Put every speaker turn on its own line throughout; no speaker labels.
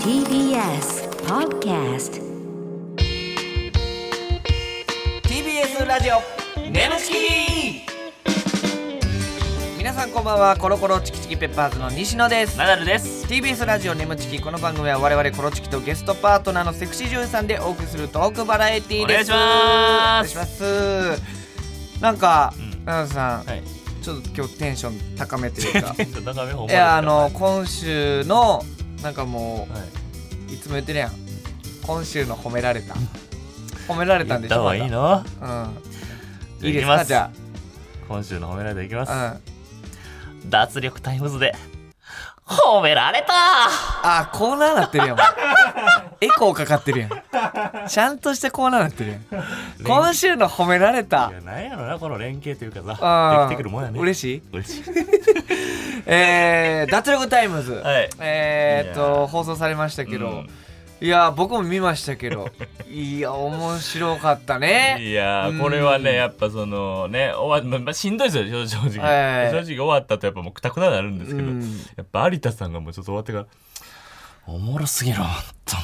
TBS Podcast
TBS ラジオ
ネムチキ
皆さんこんばんはコロコロチキチキペッパーズの西野です
ナダルです。
TBS ラジオネムチキこの番組は我々コロチキとゲストパートナーのセクシー女優さんでお送りするトークバラエティーです
お願いします
お願いしますなんか
うん
ナダルさん、
はい。
ちょっと今日テンション高めというか
高め ほんまです
い
か
やあの今週のなんかも
はいう
いつも言ってるやん今週の褒められた褒められたんで
言っ
しょ
た方がいいの
またうんいい
い
で
き
す
ま
か
す
じゃ
今週の褒められていきます、
あ、うん、
脱力タイムズで褒められた
あコーナーなってるや んもうエコーかかってるやんちゃんとしてコーナーなってるやん今週の褒められた
いやなんやろなこの連携というか
あ
さできてくるもんやね
嬉
し
し
い
い
嬉しい
えー、脱力タイムズ、
はい
えー、っ
いや
と放送されましたけど、
うん
いや僕も見ましたけどいや面白かったね
いやーこれはねやっぱそのね終わ、まましんどいですよ正直、
はい
正直終わったとやっぱもうくたくたになるんですけど、
うん
やっぱ有田さんがもうちょっと終わってからおもろすぎるわほんとも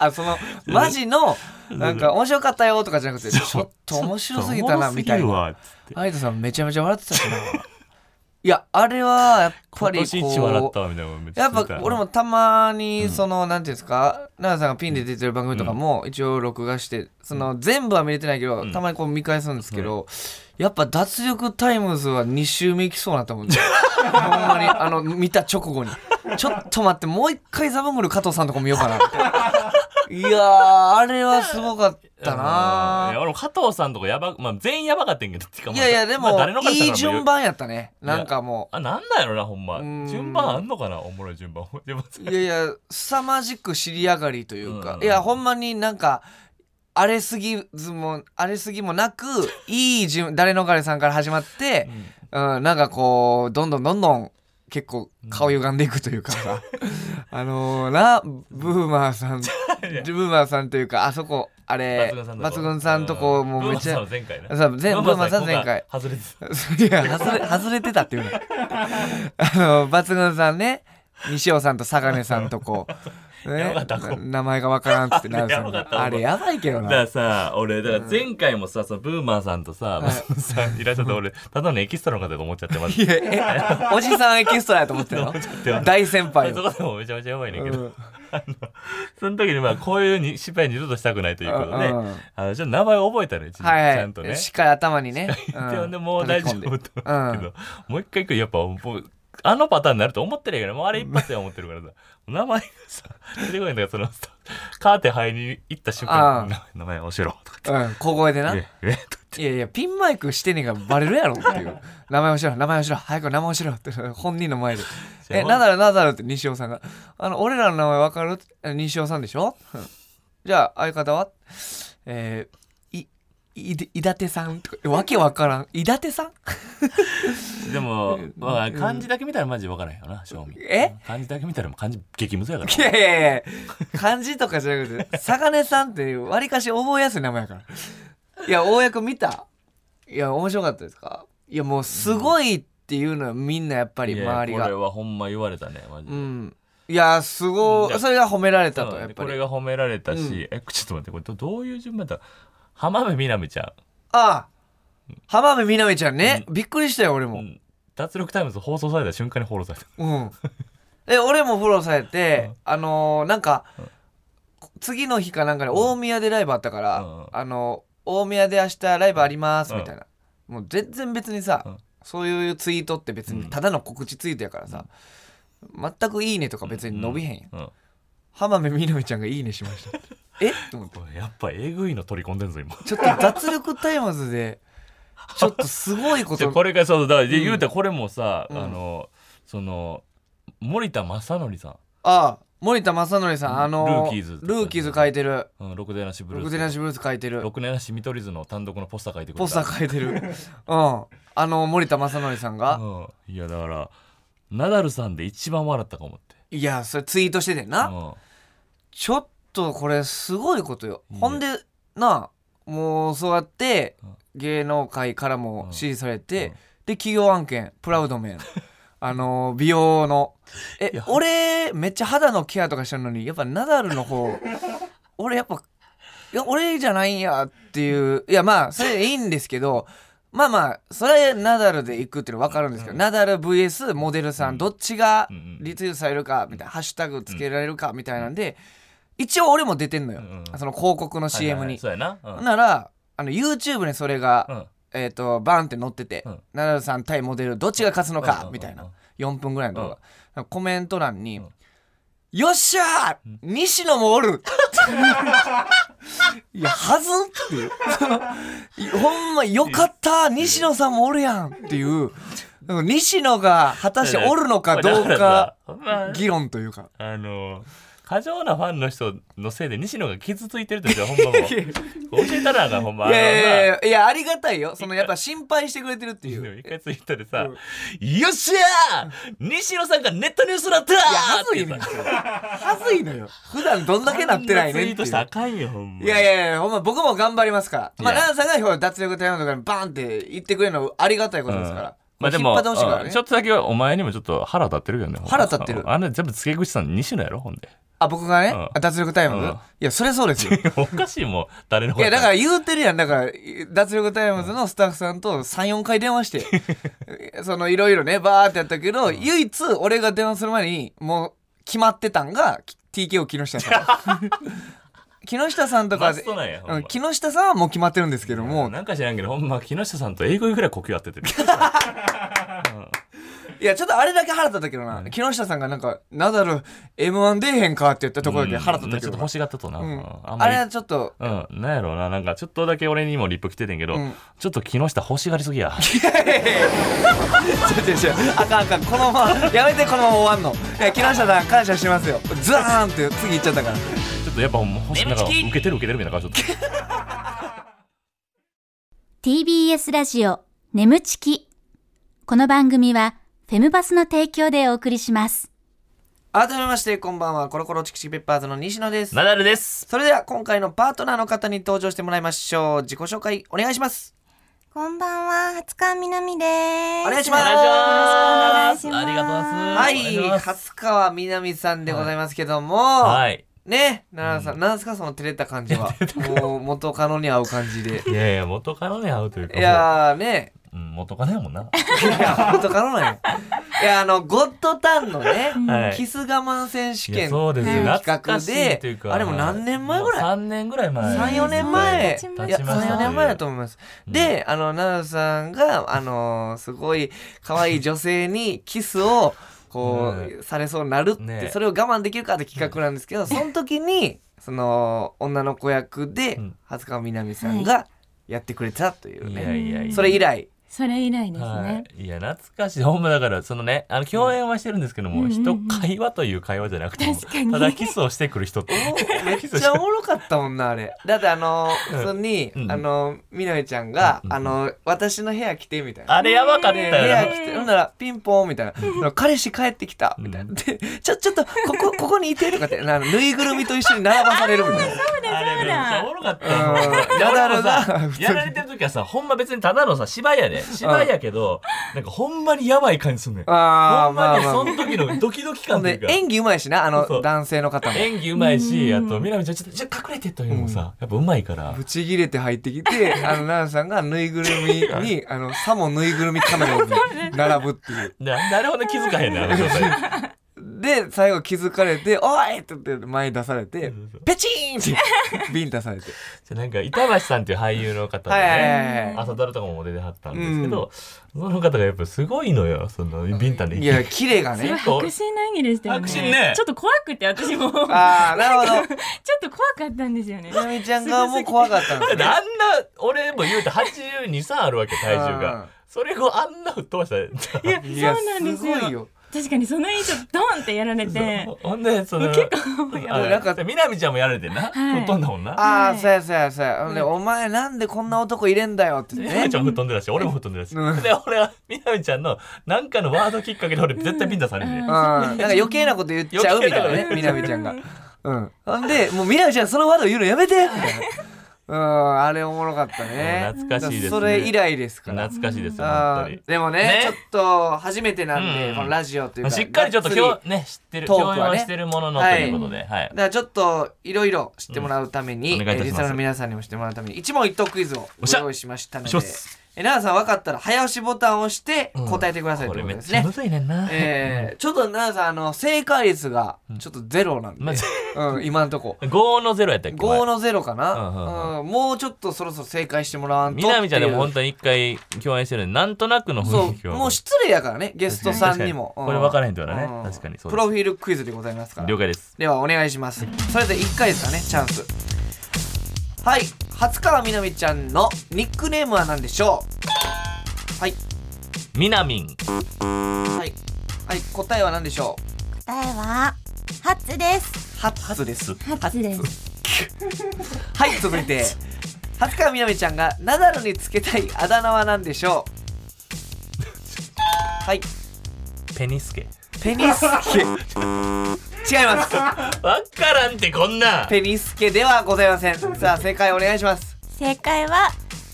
あそのマジのなんか面白かったよとかじゃなくてちょっと面白すぎたなみたい
ちょっとお
な
もろすぎるわっつって
有田さんめちゃめちゃ笑ってたしないやあれはやっぱ
今
りこ
年一
う
笑ったわみたいなのめっちゃ
やっ
言てた
ぱ俺もたまにその、なんていうんですか奈良さんがピンで出てる番組とかも一応録画してその全部は見れてないけど、
ん
たまにこう見返すんですけど、やっぱ脱力タイムズは2周目いきそうなと思うんですよほんまにあの見た直後にちょっと待ってもう一回ザブングル加藤さんとこ見ようかなみたいないやーあれはすごかった
うんいや
な
俺も加藤さんとかやば、まあ、全員やばかったんやけどてかま
い
あ
やいやで
まあ
も、
誰の方からも
い
言う
い順番やったねなんかもう
あなんなんやろなほんま
うん
順番あんのかなおもろい順番 でも
いやいや凄まじく尻上がりというか、
うん
いやほんまになんか荒れすぎずも荒れすぎもな くいい順誰の彼さんから始まって、うんなんかこうどんどんどんどん結構顔歪んでいくと いうか さ、あのーなブーマーさ んブーマーさんというかあそこあれ抜群さんとこもうめっちゃ
ブーマ。ーさん
さ
は前回な
全ブーマーさん
ブー
前回
今外れてた
いや外れ外れてたっていうのあの抜群さんね西尾さんと坂根さんとこ、ね
やばかった、
名前がわからんっつってなるさん
やばかっ
が
た
あれやばいけど
だ
な
からさ俺だから前回もさそのブーマーさんとさ松本さんいらっしゃった俺ただのエキストラの方だと思っちゃってます
いやえおじさんエキストラやと思って るの大先輩
そ
よ
こでも めちゃめちゃやばいねんけど、
うん
その時にまあこういうに失敗二度としたくないということで、
うんうん
あのちょっと名前覚えたのよ、ち
はい
ち
は
ゃ
い
んとね。
しっかり頭にね
って呼んでもう大丈夫と思うけど、
う
もう一回行くやっぱもうあのパターンになると思ってないからもうあれ一発で思ってるからさ名前がさ出てこないんだからそのカーテン入りに行った瞬間に名前教えろとか
うんうん小声でな
言っ
い
てええと
やいやピンマイクしてねえからバレるやろっていう名前をしろ名前をしろ早く名前をしろって本人の前で「えナダルナダル」って西尾さんが「あの俺らの名前わかる?って」西尾さんでしょ?うん」じゃあ相方は?」えー、いいいだてさん」とかわけわからん「いだてさん?
でも、まあ、漢字だけ見たらマジ分からへんよな正味
え
漢字だけ見たらもう漢字激ムズ やから」
いやいやいや漢字とかじゃなくて「坂根さん」っていうわりかし覚えやすい名前やからいや公約見たいや面白かったですかいやもうすごいっていうのはみんなやっぱり
いや
周り
これ
が
はほんま言われたねマジ
う
で、
んいやすご
う
い
ん
それが褒められた
そ
と
う
やっぱ
これ
り
が褒められたし、えちょっと待ってこれどどういう順番だ浜辺美波ちゃ
ああ浜辺美波ちゃんね、びっくりしたよ俺
ん、
も、
うん脱力タイムズ放送された瞬間にフォローされた
うん。え、俺もフォローされて、あのーなんか、次の日かなんかに大宮でライブあったから、
うん
あの大宮で明日ライブありますみたいな、もう全然別にさ、
うん
そういうツイートって別
う
に
ん
ただの告知ツイートやからさ、全く「いいね」とか別に伸びへんやん、
うん
浜辺美波ちゃんが「いいね」しました えっと思って
これやっぱえぐいの取り込んでんぞ今
ちょっと脱力タイムズでちょっとすごいこ
じゃ
と
あこれがそうだからで言うたらこれもさ、
うん
あのその森田正則さ
ああ森田正則さん、あのー
ルーキーズとか
ルーキーズ書いてる
ん、うん、ろくでなしブル
六
ー
手
ス
なしブルース書いてる
ろくでなし見取り図の単独のポスター書いてくれた
ポスター書いてるうんあの森田正則さんが、
うん、いやだからナダルさんで一番笑ったかもって
いやそれツイートしててんな、ちょっとこれすごいことよ、
いいね
ほんでなあもうそうやって
うん
芸能界からも
うん
支持され
うん
て、で企業案件プラウドメンあの美容のえ
いや
俺めっちゃ肌のケアとかしてるのにやっぱナダルの 方俺やっぱいや俺じゃないんやっていういやまあそれいいんですけどまあまあそれナダルで行くっていうの分かるんですけど、ナダル VS モデルさん、どっちがリツイートされるかみたいな、ハッシュタグつけられるかみたいなんで、一応俺も出てんのよ、
うんうん
その広告の CM に、
はいはいはいそうやな。うん
ならあの YouTube にそれが、
うん
えー、とバーンって載ってて、
うん
ナダルさん対モデルどっちが勝つの
うんうんうん
か
うん
みたいな4分ぐらいの動画、コメント欄に「
うん
よっしゃー西野もおる! 」いやはずっていうその ほんまよかった西野さんもおるやんっていうなんか西野が果たしておるのかどうか
ほんま
議論というか。
あの過剰なファンの人のせいで西野が傷ついてるってほんまもう教えたらあかんほんま
いやいやい
あのな
やいやありがたいよそのやっぱ心配してくれてるっていう
でも一回ツイッターでさ
うん
「よっしゃー西野さんがネットニュースだった!」
いや、はず
って
い
言
ねん。
った
はずいのよ。普段どんだけなってないねんって
あんツ
い
イ
う
ートしたらあかんよほんま
いやいやいや、ほんま僕も頑張りますから。まあ、
いや
ランさんが今日脱力タイムとかにバーンって言ってくれるのありがたいことですから。
まあで
引っ
も
張ってほしいから
うん
ね
ちょ。っとだけお前にもちょっと腹立ってるよね
腹立ってる
うんあれ全部付け口さん西野やろほんで
あ、僕がね、
うん
あ脱力タイム、
うん
いや、それそう ですよ。
おかしいもん誰の
いやだからら言うてるやんだから脱力タイムズのスタッフさんと34回電話して そのいろいろねバーってやったけど、唯一俺が電話する前にもう決まってたんが TKO 木下さ ん木下さんとか
マ
で
ストなんやほん
う
ま
ん木下さんはもう決まってるんですけども
なんか知らんけどほんま木下さんと英語ぐらい呼吸合っててる
いやちょっとあれだけ腹立ったけどな、木下さんがなんか「ナダル m 1出えへんか」って言ったところだけ腹立った
うんち
けど
ょっと
な、
欲しがったとな
うん
うんあん
あ
まり
れはちょっと
うん、なんやろうな、なんかちょっとだけ俺にもリップ来ててんけど、
うん
ちょっと木下欲しがりす ぎや。
ちょちょちょあかんあかんこのまま やめてこのまま終わんのいや木下さん感謝してますよズーンって次行っちゃったから
ちょっとやっぱもう欲しい、なんか受けてる受けてるみたいな感じだった。
TBS ラジオ眠ちきこの番組はフェムバスの提供でお送りします
改めましてこんばんはコロコロチキチキペッパーズの西野 です
ナダルです。
それでは今回のパートナーの方に登場してもらいましょう自己紹介お願いします
こんばんは、初川みなみです。
お願いします
よろしくお願いします
ありがとうございます。
は
お願し
い
ます
勝川みなみさんでございますけども、
はい。
ね奈々さん、なんすかその照れた感じはもう元カノに合う感じで
いやいや、元カノに会うというか、
いやーね
もう、うん、元カノやもんな。
いや元カノなんやいやあのゴッドタンのね、
はい
キス我慢選手
いや
権
そうですよ、
うん
懐か
企画
しいという
で
か。
あれも何年前ぐらい
もう ?3 年ぐらい前。
34年前
そん
い
な
や
経
ちましたね
34年前だと思います、であの奈良さんがあのーすごい可愛い女性にキスをこう、されそうになるって、
ねえ
それを我慢できるかって企画なんですけど、その時にその女の子役で
うん
初川みなみさんがやってくれたという
い
ね、
やいやいや。
それ以 来
それ以来です
はい、いや懐かしいほんまだからそのねあの共演はしてるんですけども、人会話という会話じゃなくてもただキスをしてくる人って
めっちゃおもろかったもんなあれだってあのー
うん
普通に、
うん
あのーみなみちゃんが、
うん
あのー私の部屋来て」みたいな
あれやばかった
で部屋
よ
来てほんならピンポンみたいなその彼氏帰ってきたみたいなでちょちょっとここここにいてとかってなぬいぐるみと一緒に並ばされるみたい な
あれめっちゃおもろかった
うん
いや俺もさ
ナダルが
やられてる時はさほんま別にただのさ芝居やで芝居やけどなんかほんまにやばい感じすんねんほん
あーま
ま
あ
に
ま
そ
あ
の時のドキドキ
ほ
感
ん
という
で
か
演技うまいしなあ
そ
の
う
男性の方も
演技うまいしあとみなみちゃんちょっとちょっと隠れてというのもさやっぱうまいから
ぶち切れて入ってきてあの奈々さんがぬいぐるみ にあのさもぬいぐるみカメラに並ぶっていう
ななるほど気づかへんねあの 状態
で最後気づかれて「おい!」って言って前に出されてペチーンってビン出さ れて
じゃあなんか板橋さんっていう俳優の方で
はいはい
ね
はいはい
朝ドラとかも出てはったんですけど、その方がやっぱすごいのよそのビンタで
いやキレが
すごい
ね
迫真の演技でしたよね
迫真ね
ちょっと怖くて 私もちょっ
ああなるほど
と怖かったんですよね
みなみちゃん側も怖かった んで
あ
す
ん
ね
な俺も言うて82さあるわけ体重
うん
がそれをあんな吹っ飛ばした
いや
いや
そうなんですよ
すごいよ
確かにその印象ドンってやられて
ほんでその
結構やばい
あなんかみなみちゃんもやられてんな、
はい
吹っ飛んだもんな
あ
は
あ
い
そうやそうやそうやほんでお前なんでこんな男入れんだよって
み
言っ
なみち
て
ゃ
ね
んも吹っ飛んでたし俺も吹っ飛んでたし、
うん
で俺はみなみちゃんのなんかのワードきっかけで俺絶対ビンタされるね、
うんん
で
なんか余計なこと言っちゃうみたいなね
余
みなみちゃんがうんほんでもうみなみちゃんそのワード言うのやめてみたいなうんあれおもろかったね
懐かしいですね
それ以来ですから
懐かしいですよ本
あ
当に
ーでもね
ね
ちょっと初めてなんで、
うん
このラジオという
まあ
か
しっかりちょっと
が
今
つ
日ね知ってる
トークはね
共演はしてるもののと
はい
いうことで、はい
りだからちょっといろいろ知ってもらうために、
うんお願いい
え
た
ーリ
し
ス
ます
ナーの皆さんにも知ってもらうために一問一答クイズをご用意しましたので
おっしゃお願いしま
え
す
ー奈良さん分かったら早押しボタンを押して
うん
答えてください
こと
い
れ
うこと
めっ
です
ちゃ
ね
む、ずいねんな、
えーちょっと奈良さんあの正解率がちょっとゼロなんで、
まあ
うん、今のと こ
5の0やったっけ
5の0か
うんうん
な、うんもうちょっとそろそろ正解してもらわんとっていう
南ちゃんでも本当に一回共演してるんでなんとなくの雰
そ
囲気
う
は
もう失礼やからねゲストさんにも
確かにこれ分からへんって
と
言うからね確かにそうです
プロフィールクイズでございますから
了解です
ではお願いしますそれで1回ですかねチャンスはい初川みなみちゃんのニックネームは何でしょうはい
みなみん
はいはい答えは何でしょう
答えはハツです。
ハッツです
ハツです。
はい続いて初川みなみちゃんがナダルにつけたいあだ名は何でしょうはい
ペニスケ
ペニスケ違います
分からんってこんなん
ペニスケではございませんさあ正解お願いします
正解は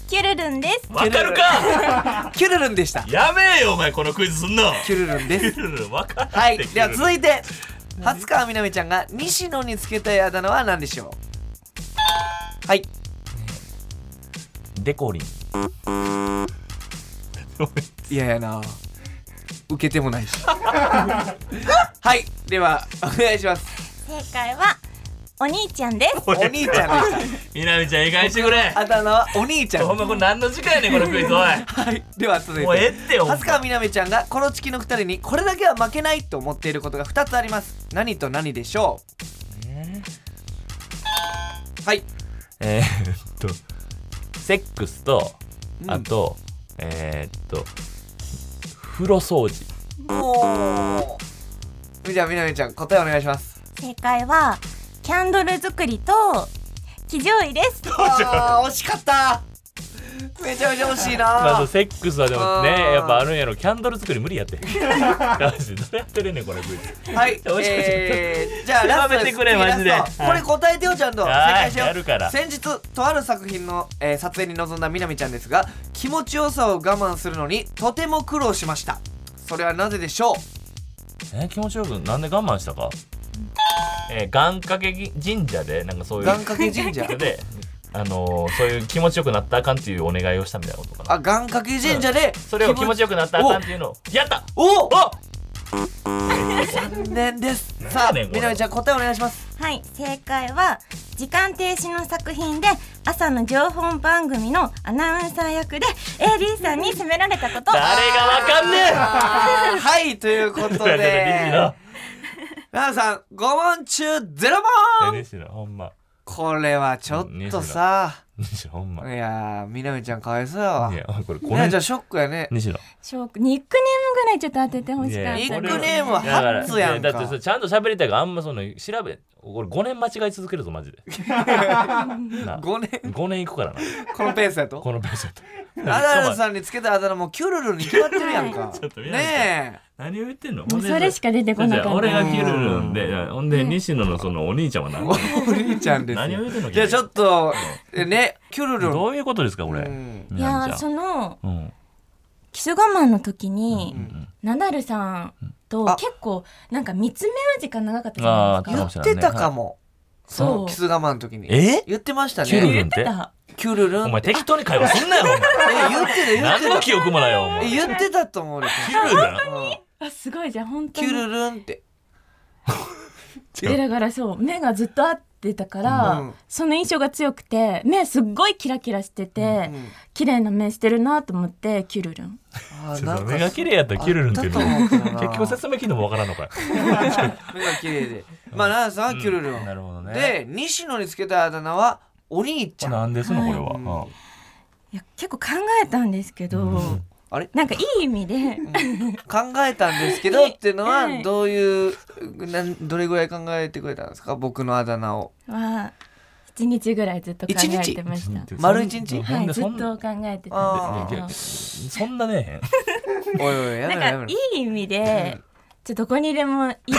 キュルルンです。
分かるか
キュルルンでした
やべえよお前このクイズすんの
キュルルンです
分からんって
はい、では続いて初川みなみちゃんが西野につけたいあだ名は何でしょうはい
デコリン
いややな受けてもないし はいではお願いします
正解はお兄ちゃんです。
お兄ちゃんでし
みなみちゃん意外してくれ
たあだ名はお兄ちゃん
ほんまこれ何の時間やねんこのクイズおい
はいでは続い
もうええっててよ
初川みなみちゃんがコロチキの2人にこれだけは負けないと思っていることが2つあります何と何でしょうはい
えー、っとセックスと
うん
あと、えー、っと風呂掃除
おーじゃあみなみちゃん答えお願いします
正解はキャンドル作りと騎乗位です。
あー惜しかっためちゃめちゃ惜しいな、
まあそうセックスはでも
あ
ね
ー
やっぱあるんやろキャンドル作り無理 やってマジでどうやってるねんこれクイズ
はい
惜しかった
えー、じゃあラストです
狭めてくれマジ
次
で
ラスト
はい
これ答えてよちゃんと正
はい
解しよう
やるから
先日とある作品の、えー撮影に臨んだみなみちゃんですが気持ちよさを我慢するのにとても苦労しましたそれはなぜでしょ
えー気持ちよくなんで我慢したかえー、願掛けぎ神社でなんかそう
う
いう
願掛け神社
であのー、そういう気持ちよくなったらあかんっていうお願いをしたみたいなことかな
あ願掛け神社で、
それを気持ちよくなったらあかんっていうのをやった
お
お
残念ですさあ
なんやねんこれ
みなみちゃん答えお願いします
はい、正解は時間停止の作品で朝の情報番組のアナウンサー役で AD さんに責められたこと。
誰がわかんねえ
あーはいという こと
西野
で奈良さん5問中0問
西野ほんま
これはちょっとさ、
西野ほんま
い
い
やー、みなみちゃんかわいそうやわ。い
やこれこ
や、
れ
じゃあショックやね。
西野
ショックニックネームぐらいちょっと当ててほしかった
い
です
や
ニ
こ
ッ
れ
クネームは
だから
ハッツやん
いだってそ
か
れ。ちゃんと喋りたいからあんまその調べ俺5年間違い続けるぞマ ジでな
5年、
5年いくからな
このペースやと。
このペースだと
アダルさんにつけたあだ名もうキュルルに決まってるやんか
ちょっと。見ない
ね
何を言ってんの
もうそれしか出てこなかった
俺がキュルルンでほんで西野のそのお兄ちゃんは
え。
何
お兄ちゃんです
何を言
よ。
ってんの
じゃあちょっと、えね、キュルル
どういうことですかこれ
うん
い
みなみ
や
ち
ー
ゃん
その
うん
キス我慢の時に、
うん
ナダルさんと
あ
結構なんか見つめ合う時間長かったじ
あ
ゃ
あ
ないです
言
か
っ。てたかも。
そう
キス我慢の時に。
え
言ってましたね。
キュルル
言
ンっ
って
て
た。
キュルルン。
お前適当に会話すんなよお
え言ってた、
前何
言
の
って
記憶もないよお
た。え
前
言ってたと思うよ。
キュルルン
うん
あすごいじゃん本当
キ
に
ュ。ルルンって。
でだからそう目がずっと合ってたか
うん
らその印象が強くて目すっごいキラキラしてて綺麗な目してるなと思ってキュルルン。
あー
ちょっ
な
と
ん
目
か
が綺麗やったらキュルルンっていうの
あったと思うけどな
結局説明聞いてもわからんのかよ
目が綺麗で。まあ、奈良さんはキュルルン。
うんなるほどね
で、西野につけたあだ名は、お兄ちゃん。
なんですのこれは
う
うんん
いや結構考えたんですけど、
うん
あれ
なんかいい意味で
考えたんですけどっていうの
は
は、
い
どういう、なんどれぐらい考えてくれたんですか僕のあだ名を。
は一日ぐらいずっと考えてました。
丸一日
ほ
は
ん
い
で
ずっ
そん
と考えて
あ
たん
ー
です
そんな ね
おいおい、やめろや
けどなん
め
か
ろ。
いい意味でちょっとどこにでもいる
おいおい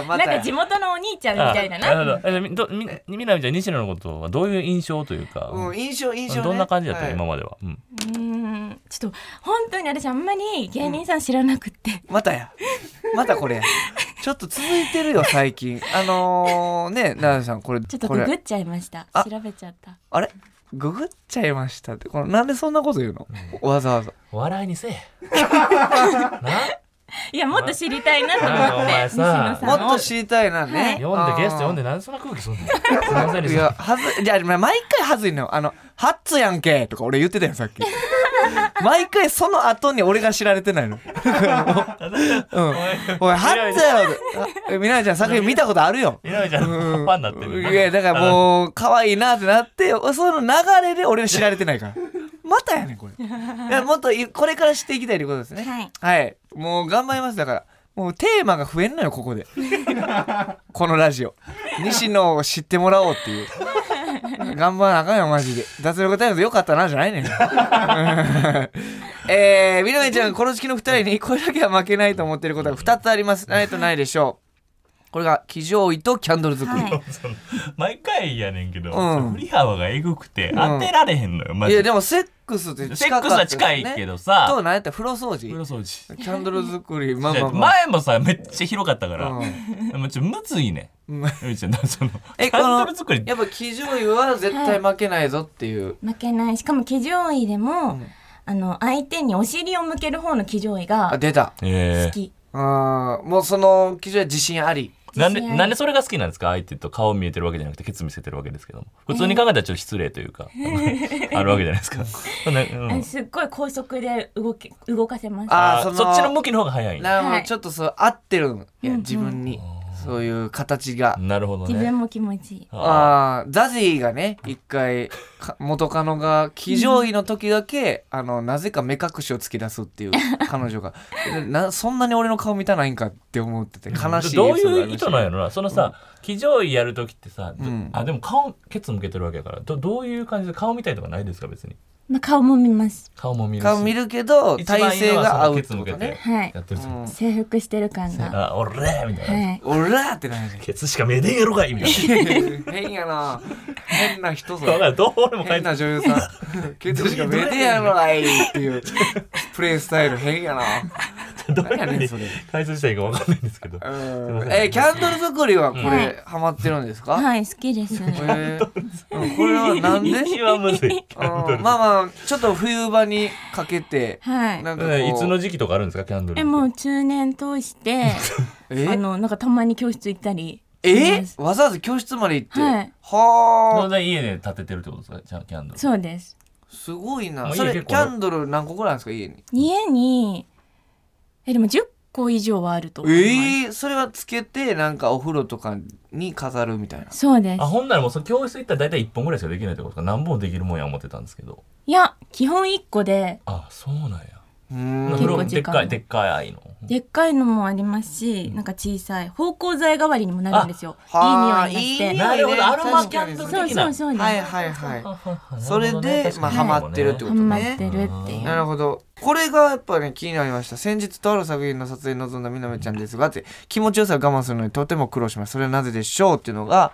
おい、ま
なん
た
か
や
地元のお兄ちゃんみ
あ
たいな
な
な。
るほどえみどみみなみちゃん西野のことはどういう印象というか、
うん、印象印象、ね、
どんな感じだった、
はい
今までは、うん
うーんちょっと本当に私あんまり芸人さん知らなくって、
またやまたこれやちょっと続いてるよ最近あのー、ね奈々さんこれ
ちょっと
こ
ググ
れ
っちゃいました
あ
調べちゃった
あれググっちゃいましたってこのなんでそんなこと言うのわざわざ
笑いにせえ
いやもっと知りたいなと
なあお
思って
前
西野さ
さ
ん
も
を
っと知りたいなね、
読んでゲスト読ん
で
でなんでそんな空気すんのすいません で
い
した
やはずじゃあ毎回はずいのよあの「ハッツやんけ」とか俺言ってたよさっき 毎回その後に俺が知られてない のうんおいハッツやろってあみなみちゃん作品見たことあるよ
みなみちゃんの ファンになってる、
いやだからもう可愛いなってなってその流れで俺知られてないからまたやねんこ れいやもっといこれから知っていきたいということですね
はい
もう頑張りますだからもうテーマが増えんのよここでこのラジオ西野を知ってもらおうっていう頑張らなあかんよマジで脱力タイムズよかったなじゃないねん えー、みなみちゃんこの式の2人にこれだけは負けないと思ってることが2つありますないとないでしょうこれが騎乗位とキャンドル作り、
はい
その毎回やねんけど、
ん
その振り幅がえぐくて当てられへんのよ、マ
い
ジ
や
で
でもセックスって
セ
近か
ッ
っ
ク
た
スは近いけ
どと
どさ、
何やったら風呂掃
風
除
呂掃除
キャンドル作りまあ
じゃ
ま
あ
あまあ
前もさめっちゃ広かったから、
う
でもちょっとむずいね
うん
みなみちゃんだからその
え
キ
こ
ャン
の
ドル作り
やっぱ騎乗位は絶対負けないぞっていう、
負けないしかも騎乗位でも、あの相手にお尻を向ける方の騎乗位
あ
が
出た
え
好き、
あーもうその騎乗位は自信あり
ーなんで
自信ある
なんでそれが好きなんですか相手と顔見えてるわけじゃなくてケツ見せてるわけですけども普通に考えたらちょっと失礼という か、あるわけじゃないですか、ねうん
えすっごい高速で動け動かせます
あ
あ
ー
ー
そ
そ
の
っちの向きの方が早いんや
なるほど、
はい
ちょっとそう合ってるんいや自分に、そういう形が、
なるほど
自
ね
分も気持ちいい
あ
ああザジーがね一回か元カノが騎乗位の時だけ、あのなぜか目隠しを突き出す っていう彼女がでなそんなに俺の顔見たないんかって思ってて
ー
悲しい
どう
エピソードがあ
い
り
う
ま
意
した
図なんやろなそのさ騎乗位やる時ってさ、ど
うん
あでも顔ケツ向けてるわけやからどどういう感じで顔見たいとかないですか別に
まあ、顔も見ます
顔も見るし
顔見るけど
一番
体
いい
勢
のはその
が合うっ
ケ
て
ツ
こ
向け
と
て
ね、
はい
やってる時
征服してる感が
あ俺みたいな、
はい
俺らってなる ね
ケツしか見えねえやろがいみたいな
変やな変な人ぞ
だからどう俺も書
変
いて
な女優さんケツしか見えてやろがいっていうプレイスタイル変やな
どう
何や
い
ね
うんふ
そうれ
に解説したらいいか分かんないんですけ ど
うんえーキャンドル作りはこれハマってるんですか、
はい好きです
えーうんこれはなん で、
一番むずい
うんまあまあちょっと冬場にかけて
はい
なんかこう、
うんいつの時期とかあるんですかキャンドル
えもう中年通して
え
あのなんかたまに教室行ったり
えわざわざ教室まで行って、
はい
は
当
あ
然家で立ててるってことですかじゃあキャンドル
そうです
すごい
も
な
ういい
それキ
結構
ャンドル何個ぐらいあるんですか家に
家にえでも10個以上はあると思います、
えー、それはつけてなんかお風呂とかに飾るみたいな
そうです
あほんならもうその教室行ったら大体1本ぐらいしかできないってことですか何本できるもんや思ってたんですけど
いや基本1個で
あそうなんや
うーん
風
結構
呂
時
でっ
間が
かいでっかい愛の
でっかいのもありますしなんか小さい芳香剤代わりにもなるんですよいい
はあ
匂いがして
いい匂いね
なるほどアロマキャンドル
そう
的な
そうそうです、
はいはいはいそれでまあ
ハマ
ってるってこと
ハマってるっていう
なるほどこれがやっぱり気になりました先日とある作品の撮影に臨んだみなめちゃんですがって気持ちよさを我慢するのにとても苦労しますそれはなぜでしょうっていうのが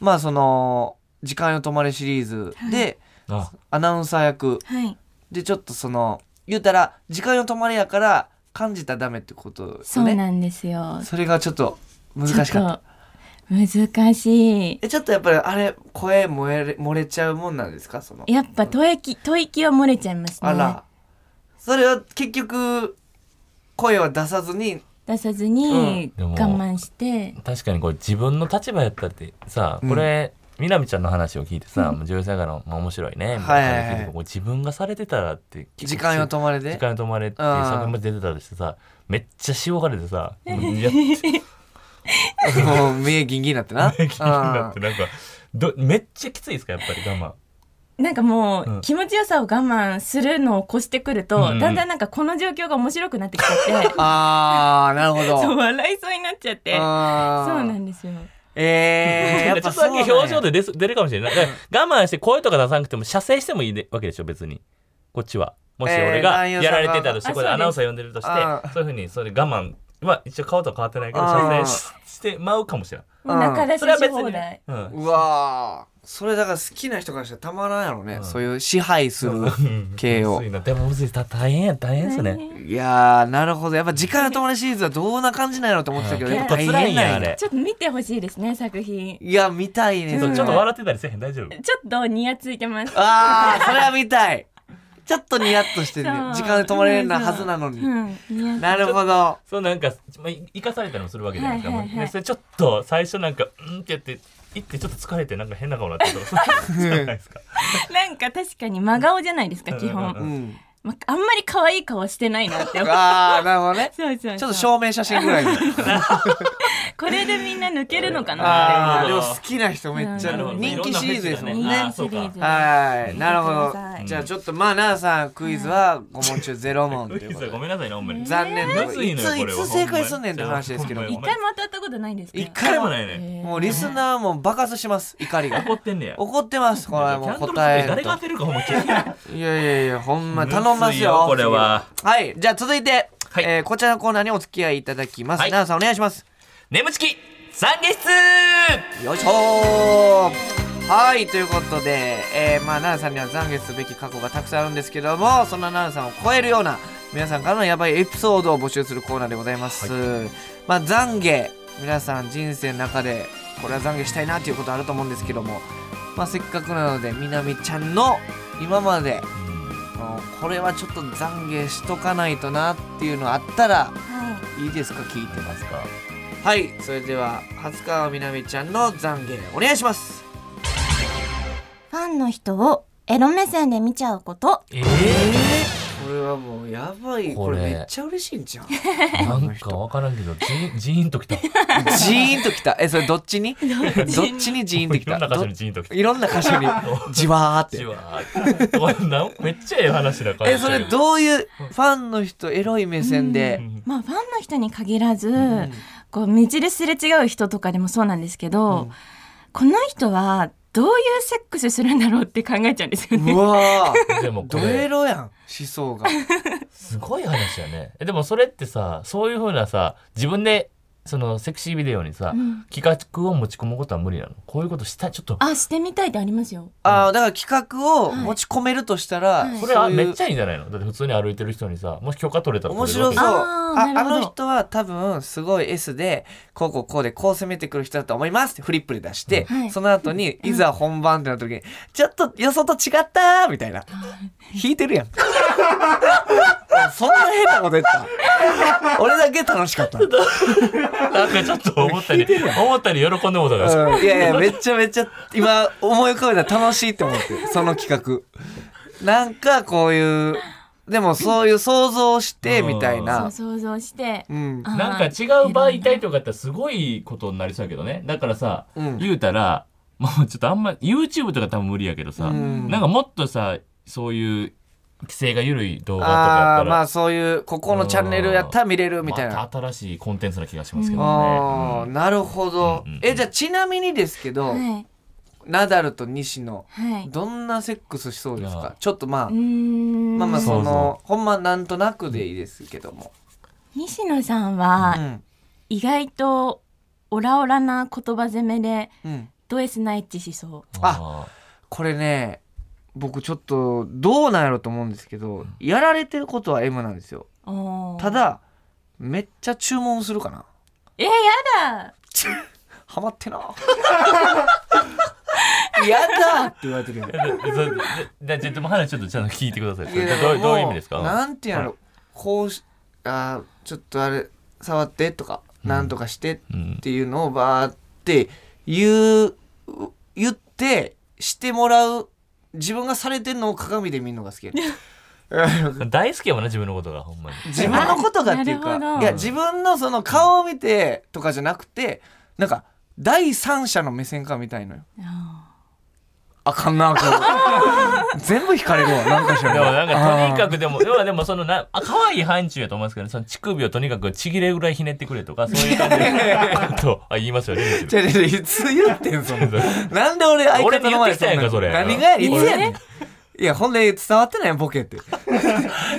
まあその「時間よ止まれ」シリーズで
あ
アナウンサー役
はい
でちょっとその言うたら「時間よ止まれ」やから感じたらダメってことです
そ
よ
う
ね
なんですよ
それがちょっと難しかった
ちょっと難しい
えちょっとやっぱりあれ声漏れ漏れちゃうもんなんですかその
やっぱ吐息吐息は漏れちゃいますね
あら、それは結局声は出さずに
出さず
うん
に
で
我
も
慢して、
確かにこれ自分の立場やったってさこれ、みなみちゃんの話を聞いてさ、もう女優さんやから、まあ、面白いねみたいな話聞いて
はいはいはい
こう自分がされてたらって
時間よ止まれで
時間止まれっていう
あー
作品まで出てたりしてさめっちゃ塩がれてさもうやっ
もう目ギンギンになってな。
気になってなんかどめっちゃきついですかやっぱり我
なんかも
うん
う気持ちよさを我慢するのを越してくると、
うんうん
だんだんなんかこの状況が面白くなってきち ゃって
あー、なるほど。
そう笑いそうになっちゃってそう
あー
なんですよ
え ー、や
慢
っ
ちょ
ぱ
っとだけ表情
で。
で出す出るかもしれないだから我慢して声とか出さなくても射精してもいいでわけでしょ別にこっちはもし
えー
俺が
男優
や
さんが
られてたとして
あ
これ
そうです
アナウンサー呼んでるとして
あー
そういうふうにそれ我慢まあ一応顔とは変わってないけど
あー
射精ししてまうかもしれん、
もう中で
そ
し
れは別
放
に
題
ね、うん、
うわーそれだから好きな人からしたらたまらんやろね、
ん
そういう支配する系を
むずいなでもむずいた大変や大変ですね
いやーなるほどやっぱ時間の止まりシリーズはどんな感じなんやろと思ってたけど
うん
やっぱ大変なん
結構辛いんやあれ
ちょっと見てほしいですね作品
いや見たいね
ちょっとちょっと
あ
笑ってたりせえへん大丈夫
ちょっとニヤついてます
あーそれは見たいちょっとニヤッとしてね
そう
時間で止まれるなはずなのに、
うんニヤ
なるほど
そうなんか、まあ、い生かされたりもするわけじゃないですか、
はいはいはい
でそれちょっと最初なんかうんってやって行ってちょっと疲れてなんか変な顔になってるとかそうじゃないですか
なんか確かに真顔じゃないですか基
うんうん
う
本、
ん
まあんまり可愛い顔してないなって思う
あーなるほどね
そうそうそう
ちょっと証明写真ぐら いの
これでみんな抜けるのかな
あー
なる
で
ほ
も
ど
好きな人めっちゃ
なるほど
人気シリーズですも
い
ん
ろん
ね
なフェスがねあーそうか
人気シリーズ
はいなるほ
見てくださ
ど
い
じゃあちょっとまあ奈々さんクイズは5問中0問と
ウ
い
イ
うこ
ズ
と
ご
で
めんなさいねほんまに
残念な
む
がら
ずい
い
のよ
つ
こ
い
れは
つ正解すんねんって話ですけど
ほんまに
一回も当たったことないんですか
一
一回
回
も
も
ないね
もうリスナーも爆発してます怒りが
怒ってんねや
怒ってますこれはもう答えん
誰が当
と
てるかほんま聞いてない
いやいやいやほんま
むずいよ
頼みますよ
これは
はいじゃあ続いて
はい
えーこちらのコーナーにお付き合いいただきます
はい
奈々さんお願いします
眠ちき懺悔室
よいしょーはいということで、えーまあ、奈々さんには懺悔すべき過去がたくさんあるんですけどもそんな奈々さんを超えるような皆さんからのやばいエピソードを募集するコーナーでございます、まあ懺悔皆さん人生の中でこれは懺悔したいなということあると思うんですけども、まあ、せっかくなのでみなみちゃんの今まであのこれはちょっと懺悔しとかないとなっていうのあったら
は
い
い
いですか聞いて
出ますか
はいそれでは初川みなみちゃんの懺悔お願いします
ファンの人をエロ目線で見ちゃうこと。
え
これはもうやばいこ
こ
れ
れ
めっちゃ嬉しいんじゃん
ー、なんかわからんけどジーンジーンときた
ジーンときたえそれどっちにどっちにジーンときた
いろんな箇所にジーンときた
どいろんな箇所にじわーっ
じ
て
わーこれなめっちゃええ話だから
えそれどういうファンの人エロい目線で、
まあファンの人に限らず、こう道ですれ違う人とかでもそうなんですけど、この人はどういうセックスするんだろうって考えちゃうんです
う
よね。
わー
でもこ
ド
れ
エロやん思想 が
すごい話やねえでもそれってさそういうふうなさ自分でそのセクシービデオにさ、企画を持ち込むことは無理なのこういうことしたいちょっと
あしてみたいってありますよ。
あーだから企画を持ち込めるとしたら、
はい
これは
そういう
めっちゃいいんじゃないのだって普通に歩いてる人にさもし許可取れたら
面
取れるわ
白
け
そうあ
あー
あ
なるほど
の人は多分すごい S でこうこうこうでこう攻めてくる人だと思いますってフリップで出して、
はい
その後にいざ本番ってなった時に、ちょっと予想と違ったーみたいな弾いてるやんそんな変なこと言った俺だけ楽しかった、う
なんかちょっと思ったり思ったり喜んでもうたから、
んいやいやめっちゃめっちゃ今思い浮かべたら楽しいって思ってるその企画なんかこういうでもそういう想像してみたい
そ
な
う想像して、
うん
あー
なんか違う媒体とかやったらすごいことになりそうやけどねだからさ、
うん
言うたらもうちょっとあんま YouTube とか多分無理やけどさ、
うん
なんかもっとさそういう規制が緩い動画とかや
あ
った
あ
ら
まあそういうここのチャンネルやったら見れるみたいな、
また新しいコンテンツな気がしますけど
あ
ね
ー。なるほど、
うんうんうん
えじゃあちなみにですけど、
はい
ナダルと西野
はい。
どんなセックスしそうです
い
か
や
ちょっとまあ、
うーん
まあまあ
そう
そのほんまなんとなくでいいですけども、
西野さん
う
は
ん
意外とオラオラな言葉攻めで
うん、
ド S ナイチしそう。
あ
これね僕ちょっとどうなんやろと思うんですけどやられてることは M なんですよ
おー
ただめっちゃ注文するかな
えー、やだ
ハマ ってなやだって言われてるやん
じゃあちょっと話ちょっとちゃんと聞いてください。そ
い
れ
や
どう
も
どういう意味ですか？
なんていうんやろ、こうしあーちょっとあれ触ってとか、なんとかしてっていうのをバーって言う言ってしてもらう自分がされてるのを鏡で見るのが好きやねん
大好きやもんな自分のことがほんまに。
自分のことがっていう
なるほ
か
ど
いや自分のその顔を見てとかじゃなくてなんか第三者の目線かみたいのよ。あかんなこ れ全部引かれるわなんかし
で
ら
もなんかとにか
く
くでも要はでもそのなあ可愛い範疇やと思うんですけど、その乳首をとにかくちぎれるぐらいひねってくれとかそういう感じであとあ言いますよね。
違う 違う違ういつ言ってんそのなんで俺相
俺
方
に
の
言
前
ってきたやんか
で
それ
何がやいつやねんいや、ほんで伝わってないやんボケって。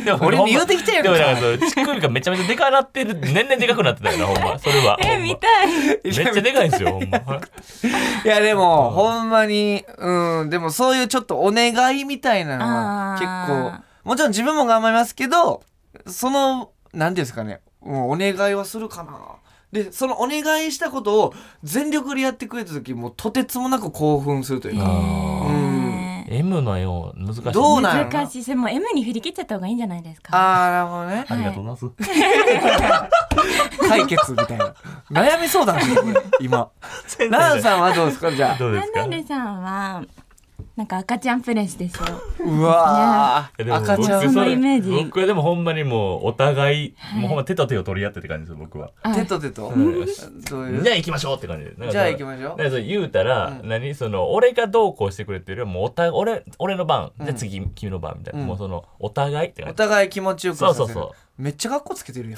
でも
俺に言うてきたやん
で
か
もなんかそう、乳首がめちゃめちゃでかなってる、年々でかくなってたよな、ほんま。それは。え、見たい。めっちゃでかいんですよ、ほんま。
いやでも、 ほんまに、うん、でもそういうちょっとお願いみたいなの
あ
は
ー
結構、もちろん自分も頑張りますけど、その、なんていうんですかね、もうお願いはするかな。で、そのお願いしたことを全力でやってくれた時、もうとてつもなく興奮するというか、
あー
ん
M のよう、難しい。
どうなんやろな
難しいそれもう M に振り切っちゃった方がいいんじゃないですか
あー、なるほどね。
ありがとうございます。
解決みたいな。悩み相談してる、これ今。ランさんはどうですかじゃあ。
どうですか
ナナルさんはなんか赤ちゃんプレスですよ
うわ
いやで
ー、
も
赤ちゃ
僕
ん
そ
れ
のイメージ
僕はでもほんまにもうお互い、もうほんま手と手を取り合ってって感じですよ僕は。
手と手と。
うん
そういう
じゃあ行きましょうって感じで。
じゃあ行きましょう
だからそれ言うたら、何その俺がどうこうしてくれっていうよりはもうおた俺俺の番、じゃあ次君の番みたいな、
うん
もうそのお互いって
お
感じ。
互い気持ちよくさせる
そうそうそ
めっちゃ格好つけてるやん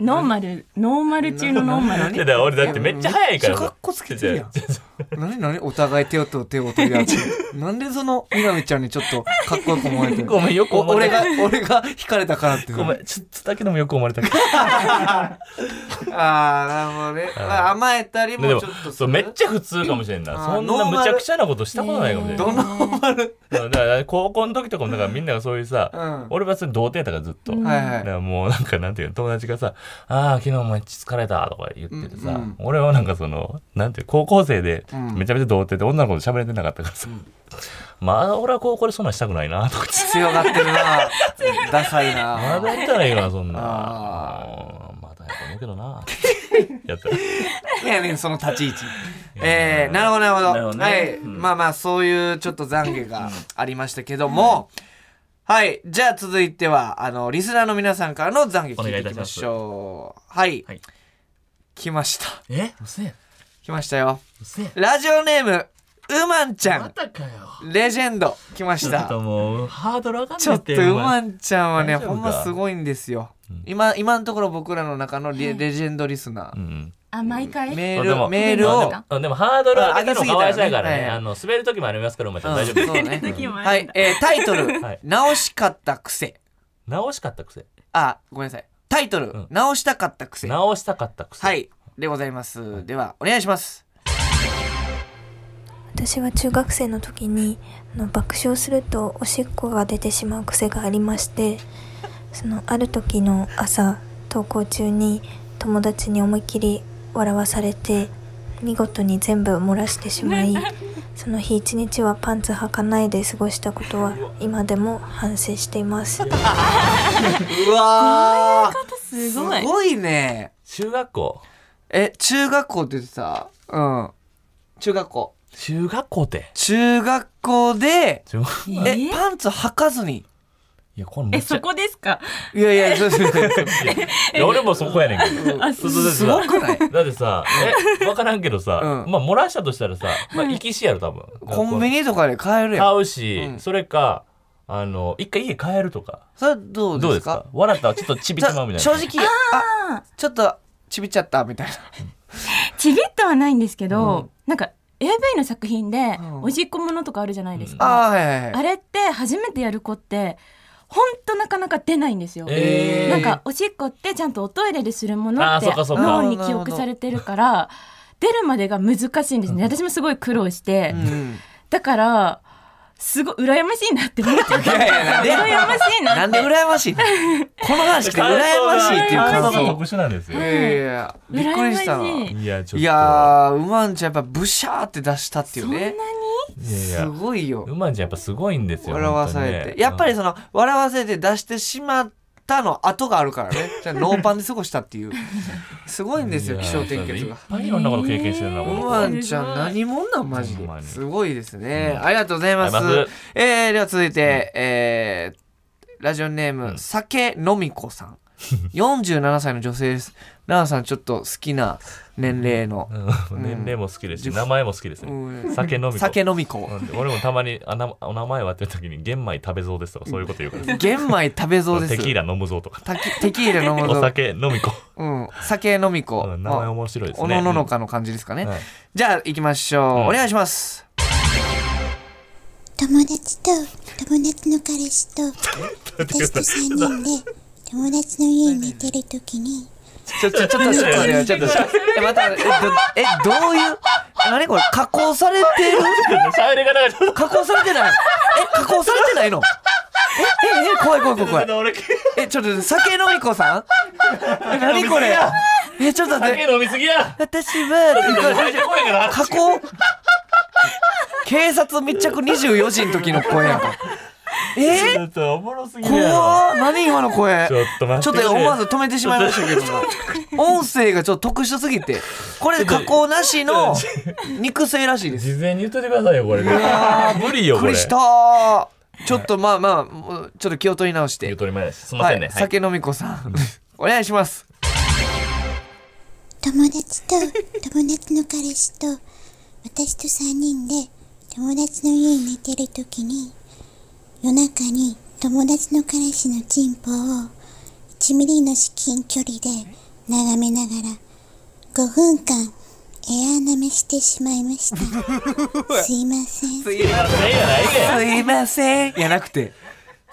ノーマルノーマル中のノーマル
いやだから俺だってめっちゃ早いから。
めっちゃ格好つけてるやん
ちょちょちょ
何何お互い手をと手を取り合 ってなんでその南ちゃんにちょっとかっこよく思われてる
ごめんよく
お
思わ
俺
れた
が俺が惹かれたからって
ごめんちょっとだけでもよく思われたけ ど。
ああなるほどね、まあ、甘えたりも
でも
ちょっと
そうめっちゃ普通かもしれんな。
あー
そんなむちゃくちゃなことしたことないかもしれんな
どんな
だから高校の時とかもだからみんながそういうさ、
うん
俺はそれ童貞やったからずっと、
はいは
だ
い
からもうなんかなんていうの友達がさ「ああ昨日お前疲れた」とか言っててさ、
うんうん
俺はなんかそのなんていう高校生で
うん
めちゃめちゃ童貞で女の子と喋れてなかったからさ、まあ俺は高校でそんなんしたくないなとか言って
強がって るなダサいな
まだやったらい いなそんな
あ
うんまだやと思うけどな やったら
いやねんその立ち位置えー、なるほどなるほど
なるほどね
はい、
うん
まあまあそういうちょっと懺悔がありましたけども、はいじゃあ続いてはあのリスナーの皆さんからの懺悔聞いていきましょうはい、
はい
来ました
えうせえ
来ましたよ
うせえ
ラジオネームうまんちゃん
たかよ
レジェンド来まし
ちょったともうハードル上がん
ちょ
ねん
っとうま
い
んちゃんはね
大丈夫
ほ
か
んますごいんですよ、今今のところ僕らの中のレレジェンドリスナー、
うん
あ毎回
メー
あで
ル
も
メールを
あでもハードル上げたのかわいそうや
上げすぎた
から
らね
ね。あの滑る時もありますから、お前ちゃん大丈夫
うん
で
そ
す
う。ね
時もあ
は
るん
い
だ、
えータイトル、
はい
直しかった癖
直しかった癖。
あごめんなさいタイトル、
ん
直したかった癖は
直したかった癖。。
いでございますではお願いします
私は中学生の時にあの爆笑するとおしっこが出てしまう癖がありましてそのある時の朝登校中に友達に思いっきり笑わされて見事に全部漏らしてしまいその日一日はパンツ履かないで過ごしたことは今でも反省しています。
うわー
す
す
ごい
ごいね
中学校。
え中学校ってさうん中学校
中学校って。
中学校で
中学
え
い
パンツ履かずに
や、これめ
え
っちゃ
そ。こですか
いやいやそうそうそう
いや俺もそこやねんけど。そうそう
すごくない
だってさ、え、わからんけどさ、
うん
まあ漏らしたとしたらさ、まあ行きしやろ、多分。
コンビニとかで買えるやん
買うし
う、ん
それか、あの、一回家帰るとか。
それどう
どう
で
ですすか
か
笑ったらちょっとちび
じ
っ
ゃ
てまうみたい
正
な。
直あちょっとちびっちゃったみたいな
ちびっとはないんですけど、
うん
なんか AV の作品で
うん
おしっこものとかあるじゃないです
あー
か、
はいはいはい
あれって初めてやる子ってほんとなかなか出ないんですよ、
えー
なんかおしっこってちゃんとおトイレでするもの
あー
って
そっかそっか
脳に記憶されてるから出るまでが難しいんですね私もすごい苦労して、
うん
だからすごい羨ましいなって思って
いやいやなんで
羨ましいな
なんで羨ましいの この話来て羨ましいっていう感
感想が
想
特殊なんです
い
よ。
やいやいやびっくりしたわ
羨まし
いや、ちょっと。
いやーうまんちゃんやっぱブシャーって出したっていうね
いやいや
すごいよ
うまんちゃんやっぱすごいんですよ。
笑わさ
本当
れ
に
て
ね
やっぱり
うん
その笑わせて出してしまったの後があるからねじゃあノーパンで過ごした っていうすごいんですよ
いや
気象転結
いっ
が。
ぱいいろんなこと経験してるな、
う
この子
まんちゃん何者なんマジ
ほんま
で
に
すごいですねありがとうございます
ありがとうございま
えーでは続いてえーラジオネーム、
ん
酒飲み子さん47歳の女性です奈々さんちょっと好きな年齢の、
うん年齢も好きですし、
うん
名前も好きですね。
うん
酒飲み子。
酒飲み子
うん俺もたまにあなお名前はってる時に玄米食べぞうですとかそういうこと言うからさ
玄米食べそうです
テキーラ飲むぞうとか
たきテキーラ飲む
お
ぞ
酒飲み子
うん、酒飲み子、
うん名前面白いですね
おのののかの感じですかね、
はい
じゃあ行きましょう、
うん
お願いします
友達と友達の彼氏と私と3人で友達の家に寝てるときに
ちょ、ちょ、ちょっと、ちょっとね、ちょっと、え、また、え、ど、え、どういう、何これ、加工されてる
喋り方がちょっ
加工されてないえ、加工されてないのえ、え、え、怖い怖い怖い怖い
と。俺
え、ちょっと、酒飲み子さんえ、何これえ、ちょっと待って、
酒飲みすぎや
私は、
酒声が
加工警察密着24時の時の声やんか。
ち
え
ょっとおもろすぎるやろ
怖っ何今の声
ちょっと待
ちょ
っ
って
くれ
と思わず止めてしまいましたけども音声がちょっと特殊すぎてこれ加工なしの肉声らしいです
事前に言っといてくださいよこれ無理
び
よ
っ
こ
く
れ
りしたーちょっとまあまあもうちょっと気を取り直し
言
て
うとり前ですすいま
は
せんね
い
はい
酒飲み子さんお願いします
友達と友達の彼氏と私と3人で友達の家に寝てるときに夜中に友達の彼氏のチンポを1ミリの至近距離で眺めながら5分間エア舐めしてしまいましたすいません
ええやないね
すいませんいやなくて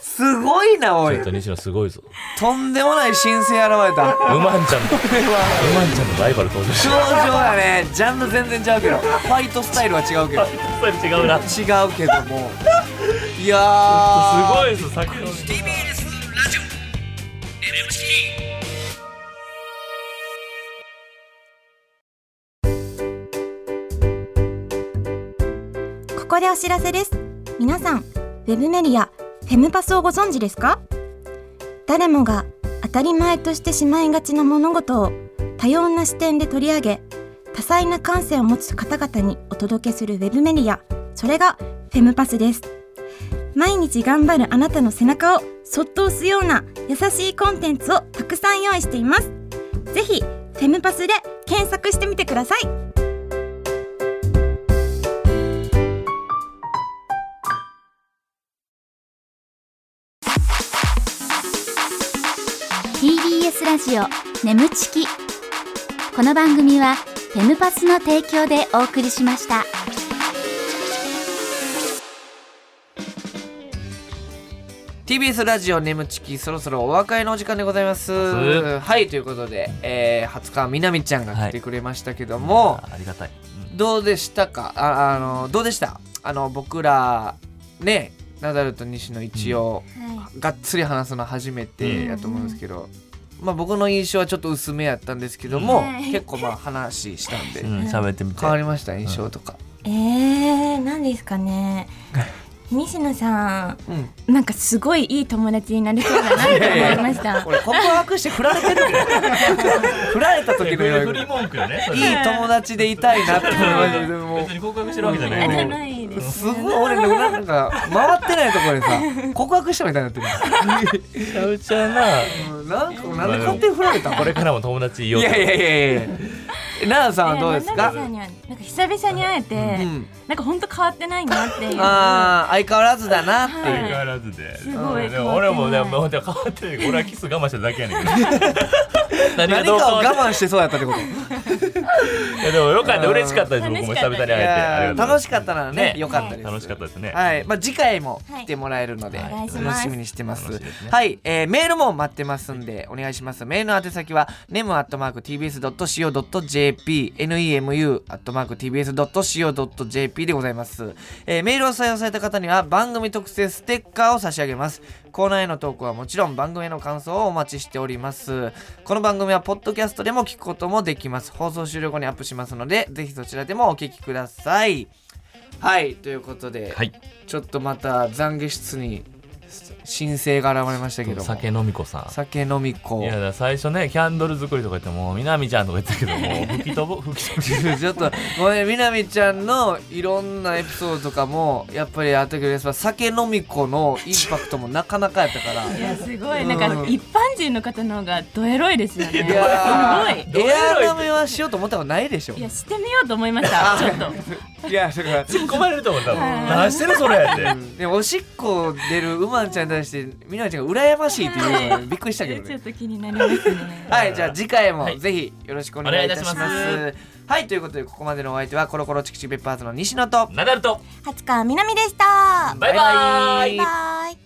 すごいなおい
ちょっと西野すごいぞ
とんでもない新星現れた
うまんちゃんとうまんちゃんのライバル登場し
頂
た
上やねジャンル全然違うけどファイトスタイルは違うけど
違うな
違うけどもいやー
すごいぞ酒飲み
TBS ラジオ NHK
ここでお知らせです皆さんウェブメディアフェムパスをご存知ですか誰もが当たり前としてしまいがちな物事を多様な視点で取り上げ多彩な感性を持つ方々にお届けするウェブメディアそれがフェムパスです毎日頑張るあなたの背中をそっと押すような優しいコンテンツをたくさん用意していますぜひフェムパスで検索してみてください
TBS ラジオ眠ちきこの番組はフェムパスの提供でお送りしました
TBS ラジオ眠ちきそろそろお別れのお時間でございます
す
はいということで、えー、20日みなみちゃんが来てくれましたけども、
ありがたいうん
どうでしたかああのどうでしたあの僕らねナダルと西野一応、がっつり話すの初めてやと思うんですけど、まあ、僕の印象はちょっと薄めやったんですけども、結構まあ話したんで、
うん喋ってみて
変わりました印象とか、
えー、何ですかね西野さ
うん、
んなんかすごいいい友達になりそうだなって思いました
これ告白して振られてる 振られた時のよう
フ
に
リ文句よねそれ
いい友達でいたいなって思いましたでも
別に告白してるわけじゃない
うん
ね
いです
ごい俺なんか回ってないところで さ告白したみたいになってる
ちゃうちゃうな
うんなんかなんで勝手に振られた
これからも友達い
い
ようと
やいやいやいや奈々さんはどうです
さん
か
にはなんか久々に会えて、
うん
なんか本当変わってないなっていう
あー相変わらずだなって
相
いう
変わらずで。
すごい
でも俺もね、
変わってない
もう変わってない。俺はキス我慢しただけやねんけど。何が
何か
ど
を
う変わって
我慢してそうやったってこと
いやでもよかった、嬉しかったです。僕も久々に会えて
いや
ありが
ー
とう。
楽しかったならね
ね
良かったです
楽しかったですね。
はい、まあ、次回も来てもらえるので、
はいお願いし
楽しみにしてます。
楽しいですね
はい、えーメールも待ってますんで、お願いします。メールの宛先は、nemu.tbs.co.jp、nemu.tbs.co.jp でございます。えーメールを採用された方には、番組特製ステッカーを差し上げます。コーナーへの投稿はもちろん、番組への感想をお待ちしております。この番組は、ポッドキャストでも聞くこともできます。放送終了後にアップしますので、ぜひそちらでもお聞きください。はい、ということで、
はい。
ちょっとまた懺悔室に申請が現れましたけども
酒飲み子さん。
酒飲み子
いやだから最初ねキャンドル作りとか言ってもうみなみちゃんとか言ってたけど もう吹き飛ぶ吹き飛 ぶ
ちょっとごめんみなみちゃんのいろんなエピソードとかもやっぱりあったけどやっぱ酒飲み子のインパクトもなかなかやったから
いやすごいなん
う
か
ん
一般人の方の方がドエロいですよね
いや
す
ーエアー舐めはしようと思ったことないでしょ
ごいいやしてみようと思いましたちょっと
いやだから
突っ込まれると思ったもん何してるそ れって
でもおしっこ出るうまんちゃんに対してみなみちゃんが羨ましいっていうのがびっくりしたけど
ちょっ
ね
と気になりますね
はいじゃあ次回も
はい
ぜひよろしくお願いいたします
お願いいたし
はいということでここまでのお相手はコロコロチキチキペッパーズの西野と
ナダルと
初川みなみでした
バイバイ
バイ